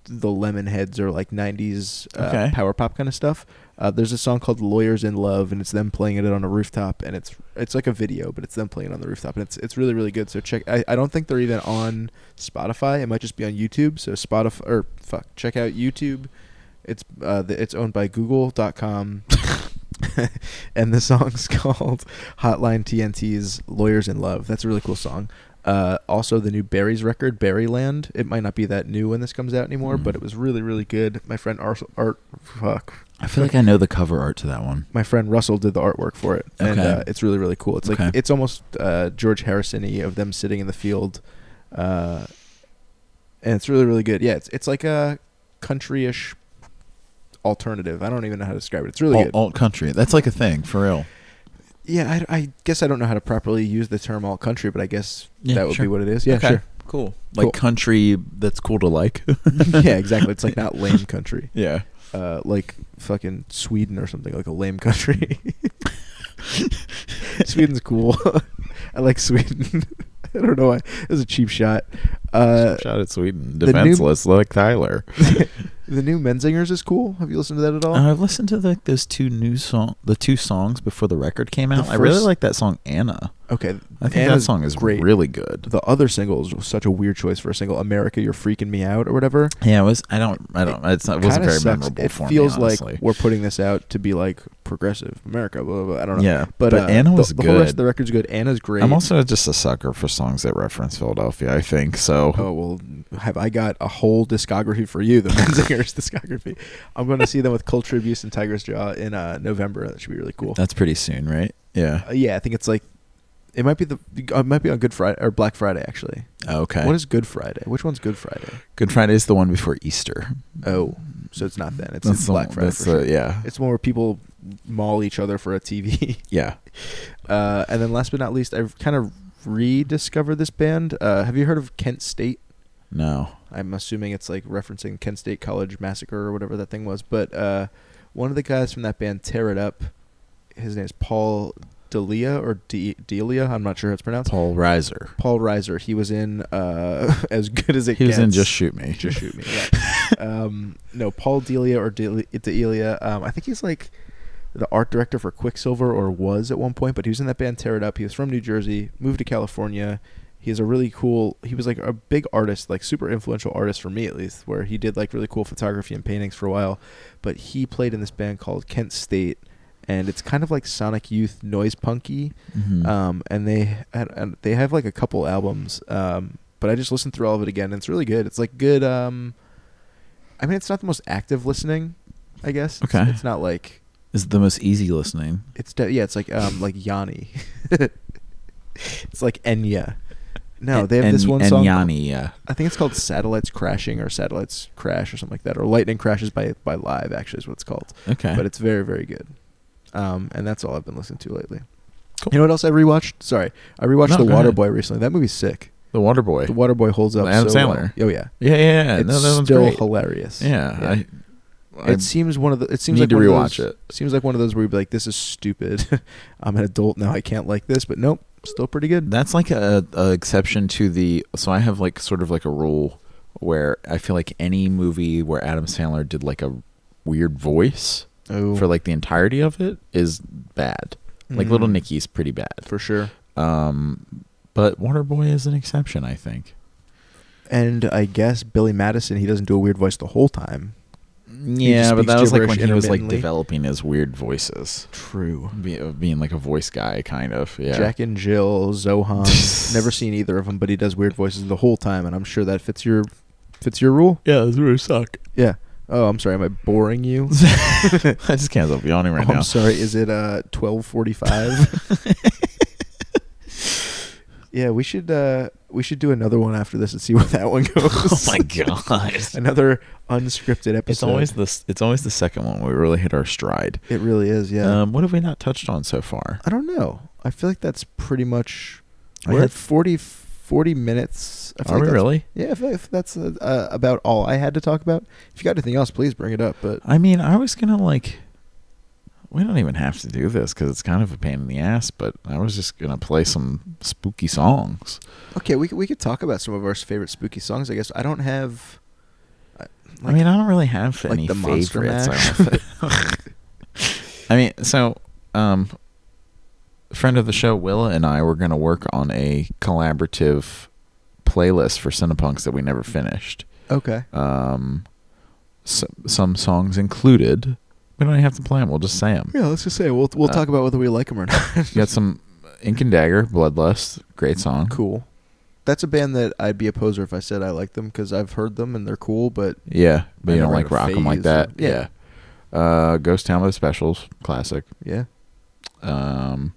the Lemonheads or like '90s uh,
Okay.
power pop kind of stuff. Uh, there's a song called "Lawyers in Love" and it's them playing it on a rooftop, and it's it's like a video, but it's them playing it on the rooftop, and it's it's really really good. So check. I, I don't think they're even on Spotify. It might just be on YouTube. So Spotify or fuck, check out YouTube. It's uh, the, it's owned by Google.com, (laughs) and the song's (laughs) called Hotline TNT's "Lawyers in Love." That's a really cool song. Uh, also, the new Barry's record, Barryland. It might not be that new when this comes out anymore,
Mhm.
but it was really, really good. My friend Ars- Art, fuck,
I feel like I know the cover art to that one.
my friend Russell did the artwork for it, and
Okay.
uh, it's really really cool. It's like
Okay.
it's almost uh, George Harrison-y of them sitting in the field, uh, and it's really really good. Yeah, it's it's like a country-ish alternative. I don't even know how to describe it. It's really
alt,
good.
alt country. That's like a thing for real.
Yeah, I, I guess I don't know how to properly use the term alt country, but I guess
Yeah,
that would
sure.
be what it is. Yeah,
Okay.
sure. (laughs)
Cool. Like
Cool.
country that's cool to like. (laughs)
yeah, exactly. It's like not lame country,
yeah.
uh, like fucking Sweden or something, like a lame
(laughs)
country. Sweden's cool. (laughs) I like Sweden. (laughs) I don't know why. It was a cheap shot. Uh,
Shot at Sweden.
the new-
Defenseless like Tyler.
the new Menzingers is cool. Have you listened to that at all?
I've listened to like those two new song the two songs before the record came
The
out. I really
first-
like that song Anna.
okay.
I think
Anna's
that song is
great.
really good.
The other single is such a weird choice for a single. America, you're freaking me out, or whatever.
Yeah, it was I don't I don't it's not it wasn't
Kinda
very
sucks.
memorable
It
for
feels
me. honestly.
like we're putting this out to be like progressive America. Blah, blah, blah. I don't know.
Yeah.
But, uh,
Anna
the-
was
the,
good.
whole rest of the record's good. Anna's great.
I'm also just a sucker for songs that reference Philadelphia, I think. So
Oh well, have I got a whole discography for you? The (laughs) Menzingers discography. I'm going to see them with Culture Abuse and Tiger's Jaw in uh, November. That should be really cool.
that's pretty soon, right? Yeah.
Uh, yeah, I think it's like it might be the uh, it might be on Good Friday or Black Friday actually.
Okay.
What is Good Friday? Which one's Good Friday?
Good Friday is the one before Easter.
Oh, so it's not then. It's,
That's
it's
the
Black
one-
Friday.
that's
for sure.
the- yeah.
It's one where people maul each other for a TV.
Yeah.
(laughs) Uh, and then last but not least, I've kind of rediscovered this band. Uh, have you heard of Kent State?
No.
I'm assuming it's like referencing Kent State College massacre or whatever that thing was. But uh, one of the guys from that band, Tear It Up, his name's Paul Delia or De- Delia. I'm not sure how it's pronounced.
Paul Reiser.
Paul Reiser. He was in uh, (laughs) as good as it.
He was in
Gets.
Just Shoot Me.
Just shoot me. Yeah. (laughs) um, no, Paul Delia or Del- Delia. Um, I think he's like the art director for Quicksilver or was at one point, but he was in that band Tear It Up. He was from New Jersey, moved to California. He is a really cool. He was like a big artist, like super influential artist for me at least, where he did like really cool photography and paintings for a while. But he played in this band called Kent State, and it's kind of like Sonic Youth noise punky
Mhm.
um, and they had, and they have like a couple albums. Um, but I just listened through all of it again, and it's really good. It's like good. Um, I mean, it's not the most active listening, I guess. It's-
Okay.
it's, not like
is the most easy listening.
it's de- yeah, it's like um like Yanni. (laughs) it's like Enya. No, they have this
And-
one
and
song.
Yanni, yeah.
I think it's called "Satellites Crashing" or "Satellites Crash" or something like that, or "Lightning Crashes" by by Live. Actually, is what it's called.
Okay.
But it's very, very good. Um, and that's all I've been listening to lately.
Cool.
You know what else I rewatched? Sorry, I
No,
rewatched The
go ahead.
Waterboy recently. That movie's sick.
the Water Boy.
The Waterboy holds up.
Adam
so
Sandler.
well. Oh yeah,
yeah, yeah, yeah.
it's
no, that one's
still
great.
hilarious.
yeah,
Yeah.
I, I
it seems one of the. It seems
need
like
to
one of
rewatch
those-
it.
Seems like one of those where you'd be like, "This is stupid. (laughs) I'm an adult now. I can't like this." But nope, still pretty good.
That's like a, a exception to the. So I have like sort of like a rule where I feel like any movie where Adam Sandler did like a weird voice
oh,
for like the entirety of it is bad. Like Little
Mhm.
Nicky's pretty bad.
for sure.
Um, but Waterboy is an exception, I think.
And I guess Billy Madison, he doesn't do a weird voice the whole time.
Yeah, but
speaks
that was like
gibberish
when he was like
intermittently.
developing his weird voices,
True.
Be, of being like a voice guy, kind of. Yeah.
Jack and Jill,
(laughs)
Zohan. Never seen either of them, but he does weird voices the whole time, and I'm sure that fits your fits your rule.
Yeah, those really suck.
Yeah. Oh, I'm sorry. Am I boring you?
(laughs) I just can't stop yawning (laughs) right
Oh,
(laughs) now. (laughs)
I'm sorry. Is it uh 12:45? (laughs) Yeah, we should uh we should do another one after this and see where that one goes.
(laughs) oh my god!
(laughs)
(laughs)
another unscripted episode.
It's always the s- it's always the second one we really hit our stride.
it really is, yeah.
Um, what have we not touched on so far?
I don't know. I feel like that's pretty much
I
we're
had-
at 40, 40 minutes. I feel
Are
like
we
that's-
really?
Yeah, I feel like that's uh, uh, about all I had to talk about. If you got anything else, please bring it up. But
I mean, I was gonna like. We don't even have to do this because it's kind of a pain in the ass. But I was just gonna play some spooky songs.
okay, we could, we could talk about some of our favorite spooky songs. I guess I don't have. I-
I mean, I don't really have
like
any
the Monster
favorites. I
Mash.
don't think. (laughs) I mean, so um, friend of the show Willa and I were going to work on a collaborative playlist for Cinepunks that we never finished.
(laughs) okay.
Um, so, some songs included. We don't even have to play them. We'll just say them.
(laughs) Yeah, let's just say we'll we'll
Uh,
talk about whether we like them or not.
You got some Ink and Dagger, Bloodlust, great song.
cool. That's a band that I'd be a poser if I said I like them because I've heard them and they're cool. But
Yeah, but
I
you don't
never
like
had a
rock 'em like
phase.
that.
Yeah.
yeah. Uh, Ghost Town by the Specials, classic.
yeah,
Um,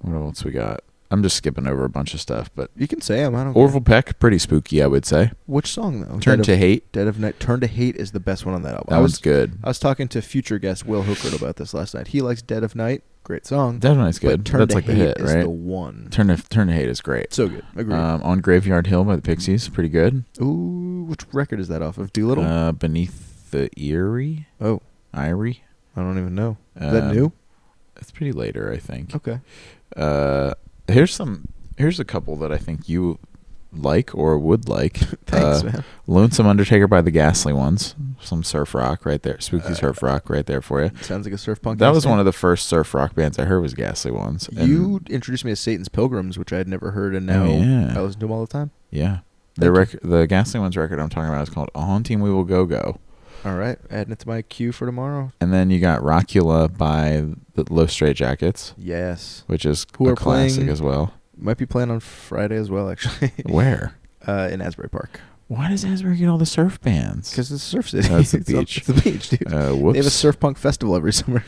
what else we got? I'm just skipping over a bunch of stuff, but
you can say them. I don't. care.
Orville Peck, pretty spooky, I would say.
Which song though?
Turn
Dead
to
of,
Hate,
Dead of Night. Turn to Hate is the best one on that album.
that
I
one's
was
good.
I was talking to future guest Will Hooker about this last night. He likes Dead of Night. Great song.
That one's good.
But Turn
That's
to
like the
Hate
hit,
is
right?
the one.
Turn to Turn to Hate is great.
So good. Agreed.
Um, on Graveyard Hill by the Pixies, pretty good.
Ooh, which record is that off of? Doolittle.
Uh, Beneath the Eerie,
oh,
Irie.
I don't even know.
Uh,
Is that
(laughs)
new? Oh.
It's pretty later, I think.
Okay. (laughs)
Uh, here's some. Here's a couple that I think you like or would like.
Thanks,
Uh,
man.
Lonesome Undertaker by the Ghastly Ones. Some surf rock right there. Spooky
Uh,
surf rock right there for you.
Sounds like a surf punk.
That was one of the first surf rock bands I heard was Ghastly Ones. And-
You introduced me to Satan's Pilgrims, which I had never heard, and now
Oh, yeah.
I listen to them all the time.
Yeah. The
Thank you.
rec- the Ghastly Ones record I'm talking about is called A Haunting We Will Go Go.
All right, adding it to my queue for tomorrow.
And then you got Rockula by the Low Straight Jackets,
Yes,
which is
Who
a
are
classic
playing- (laughs)
as well.
might be playing on Friday as well, actually,
(laughs) Where?
(laughs) uh, in Asbury Park
Why does Asbury get all the surf bands?
because it's a surf city. (laughs)
Oh, it's the
on-
beach.
It's the beach, dude.
uh,
They have a
whoops.
surf punk festival every (laughs) summer.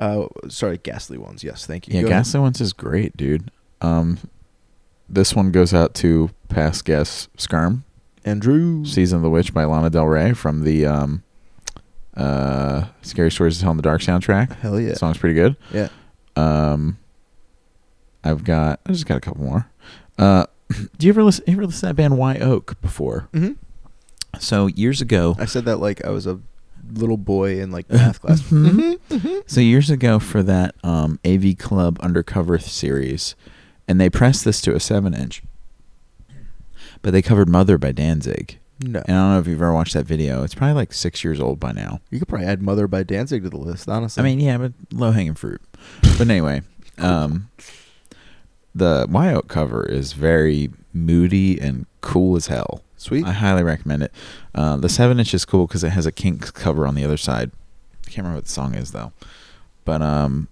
Uh, sorry, Ghastly Ones. Yes, thank you.
yeah,
Go ahead.
Ghastly Ones is great, dude. Um, this one goes out to past guest Skirm.
Andrew.
Season of the Witch by Lana Del Rey from the um, uh, Scary Stories to Tell in the Dark soundtrack.
Hell yeah.
The song's pretty good.
Yeah.
Um, I've got I just got a couple more. Uh, (laughs) do you ever listen? You ever listen to that band White Oak before?
hmm
So years ago,
I said that like I was a little boy in
Mm-hmm.
like Uh, math
(laughs)
class. Mm-hmm.
Mhm. so years ago for that um, AV Club Undercover series, and they pressed this to a seven inch. But they covered "Mother" by Danzig,
No,
and I don't know if you've ever watched that video. It's probably like six years old by now.
you could probably add "Mother" by Danzig to the list. Honestly,
I mean, yeah, but low hanging fruit. But anyway, um, the Y Oak cover is very moody and cool as hell.
sweet.
I highly recommend it. Uh, the seven inch is cool because it has a Kinks cover on the other side. I can't remember what the song is though, but um,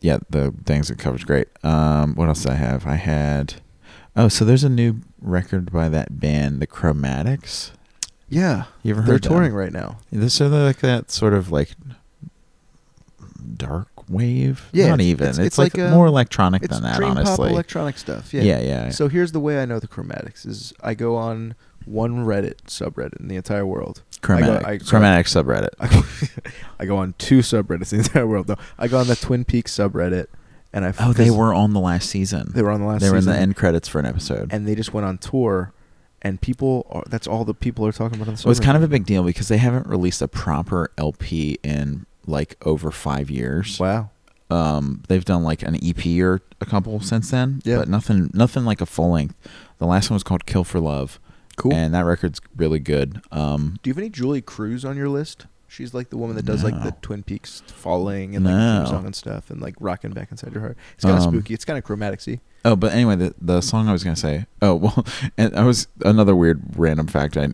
yeah, the things that covers great. Um, what else did I have? I had oh, so there's a new record by that band, the Chromatics.
yeah,
You ever heard?
they're
them?
touring right now.
This so they're like that sort of like dark wave.
Yeah,
not
it's-
even. It's,
it's- it's
like,
like, um,
more electronic
It's
than that,
dream pop
honestly.
electronic stuff.
yeah, yeah.
So here's the way I know the Chromatics is I go on one Reddit subreddit in the entire world.
chromatic,
I-
chromatic subreddit.
I go, (laughs) I go on two subreddits in the entire world though. I go on the Twin Peaks subreddit and I
Oh, they were on the last season.
they were on the last
They were in
season,
the end credits for an episode.
and they just went on tour and people are, that's all the people are talking about on the
It was
subreddit.
kind of a big deal because they haven't released a proper LP in like over five years.
wow.
um they've done like an EP or a couple since then.
Yeah.
But nothing nothing like a full length. The last one was called Kill for Love.
Cool.
And that record's really good. Um
Do you have any Julie Cruz on your list? She's like the woman that does like the
No.
Twin Peaks falling and like the
No.
theme song and stuff and like rocking back inside your heart. It's kind of
Um,
spooky. It's kind of chromaticsy.
oh but anyway the the song I was gonna say oh (laughs) well and I was another weird random fact I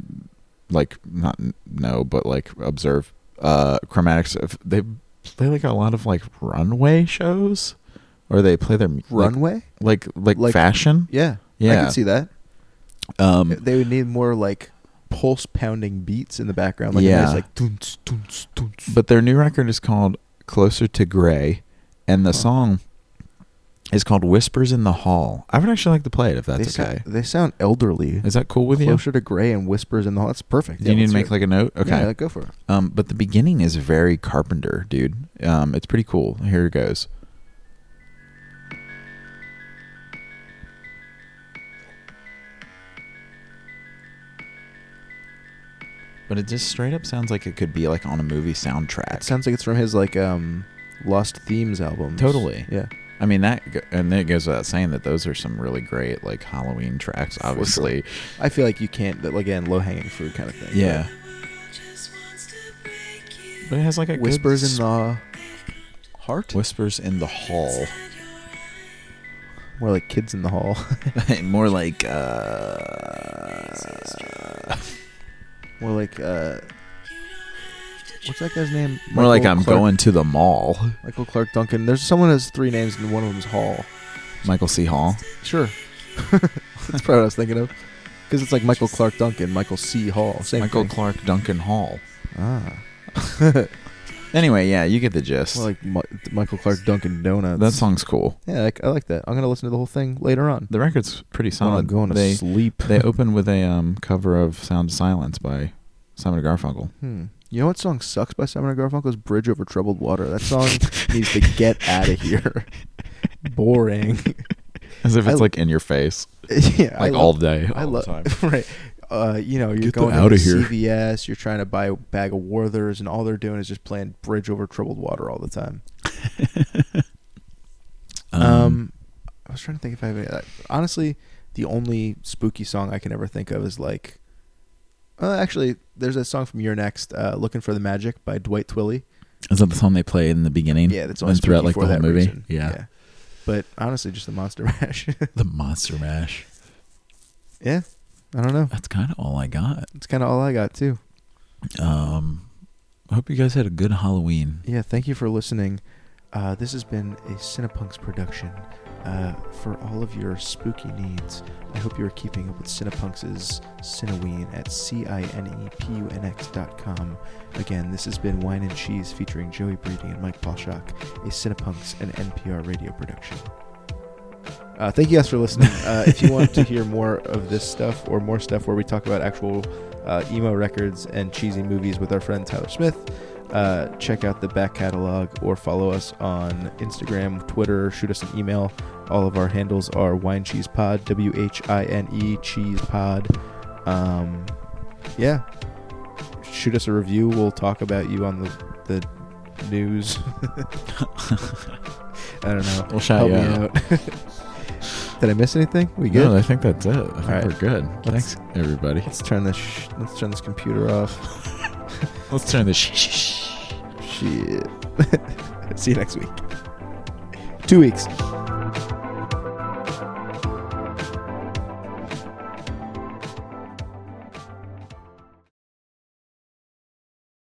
like not n- know but like observe uh chromatics if they play like a lot of like runway shows or they play their mu-
Runway.
like like, like,
Like-
fashion
Yeah, I
yeah
can see that.
um
they would need more like pulse pounding beats in the background, like
Yeah.
yeah, like toons, toons, toons.
But their new record is called Closer to Gray, and the
Huh.
song It's called Whispers in the Hall. I would actually like to play it if
they,
that's
sou-
okay.
they sound elderly.
Is that cool with you?
Closer to gray and whispers in the hall. That's perfect.
Do
Yeah,
you need
let's
to
hear
make
it.
like a note? Okay.
Yeah, go for it.
Um, but the beginning is very Carpenter, dude. Um, it's pretty cool. Here it goes. But it just straight up sounds like it could be like on a movie soundtrack.
It sounds like it's from his like um Lost Themes album.
Totally.
Yeah.
I mean that, go- and it goes without saying that those are some really great like Halloween tracks.
For
Obviously,
I feel like you can't that again low hanging fruit kind of thing.
yeah. But it has like a
But
good
Whispers in
s-
the heart.
whispers in the
(laughs)
hall. (laughs)
More like kids in the hall. (laughs)
More like uh,
More like uh what's that guy's name?
more like
Michael
I'm
Clark-
going to the mall.
Michael Clark Duncan. There's someone has three names and one of them's Hall.
Michael C. Hall.
Sure. (laughs) That's probably what I was thinking of. Because it's like Michael Clark Duncan, Michael C. Hall. Same
Michael
thing.
Clark Duncan Hall.
ah.
(laughs) Anyway, yeah, you get the gist.
More like Mi- Michael Clark Duncan Donuts.
that song's cool.
Yeah, like, I like that. I'm gonna listen to the whole thing later on.
The record's pretty
When I'm
solid.
going to
they
sleep. (laughs)
they open with a um, cover of "Sound of Silence" by Simon and Garfunkel.
Hmm. You know what song sucks by Simon and Garfunkel is "Bridge Over Troubled Water." That song
(laughs)
needs to get out of here. Boring.
As if it's
I-
like in your face,
(laughs) yeah, I
like all
love,
day, all
I love
the
(laughs)
time.
right. Uh, you know, you're
Get them
going
outta
into
here.
CVS. You're trying to buy a bag of Werthers, and all they're doing is just playing "Bridge Over Troubled Water" all the time. Um, I was trying to think if I have any. Like, honestly, the only spooky song I can ever think of is like. Uh, actually, there's a song from Your Next, uh, "Looking for the Magic" by Dwight Twilley.
is that the song they play in the beginning?
Yeah, that's
and
always
throughout,
spooky
like,
for
the whole
that
movie?
reason.
Yeah.
But honestly, just the Monster (laughs) Mash.
the Monster Mash.
yeah, I don't know.
That's kind of all I got.
That's kind of all I got too.
Um, I hope you guys had a good Halloween.
Yeah, thank you for listening. Uh, this has been a Cinepunks production. Uh, for all of your spooky needs, I hope you are keeping up with Cinepunks' Cineween at E C-I-N-E-P-U-N-X dot com. Again, this has been Wine and Cheese featuring Joey Breeding and Mike Balshock, a Cinepunks and NPR radio production. Uh, thank you guys for listening. Uh, if you want to hear more of this stuff or more stuff where we talk about actual uh, emo records and cheesy movies with our friend Tyler Smith, uh, check out the back catalog or follow us on Instagram, Twitter, shoot us an email. All of our handles are Wine Cheese Pod, W H I N E Cheese Pod. Um, yeah, shoot us a review. We'll talk about you on the the news. (laughs) I don't know.
We'll
Help
shout you
me
out.
out. (laughs) Did I miss anything? We good?
No, I think that's it. I think
right.
we're good.
Let's-
Thanks, everybody.
Let's turn this. Sh- let's turn this computer off.
Let's turn this. Sh- sh- sh-
(laughs) Shit. See you next week. Two weeks.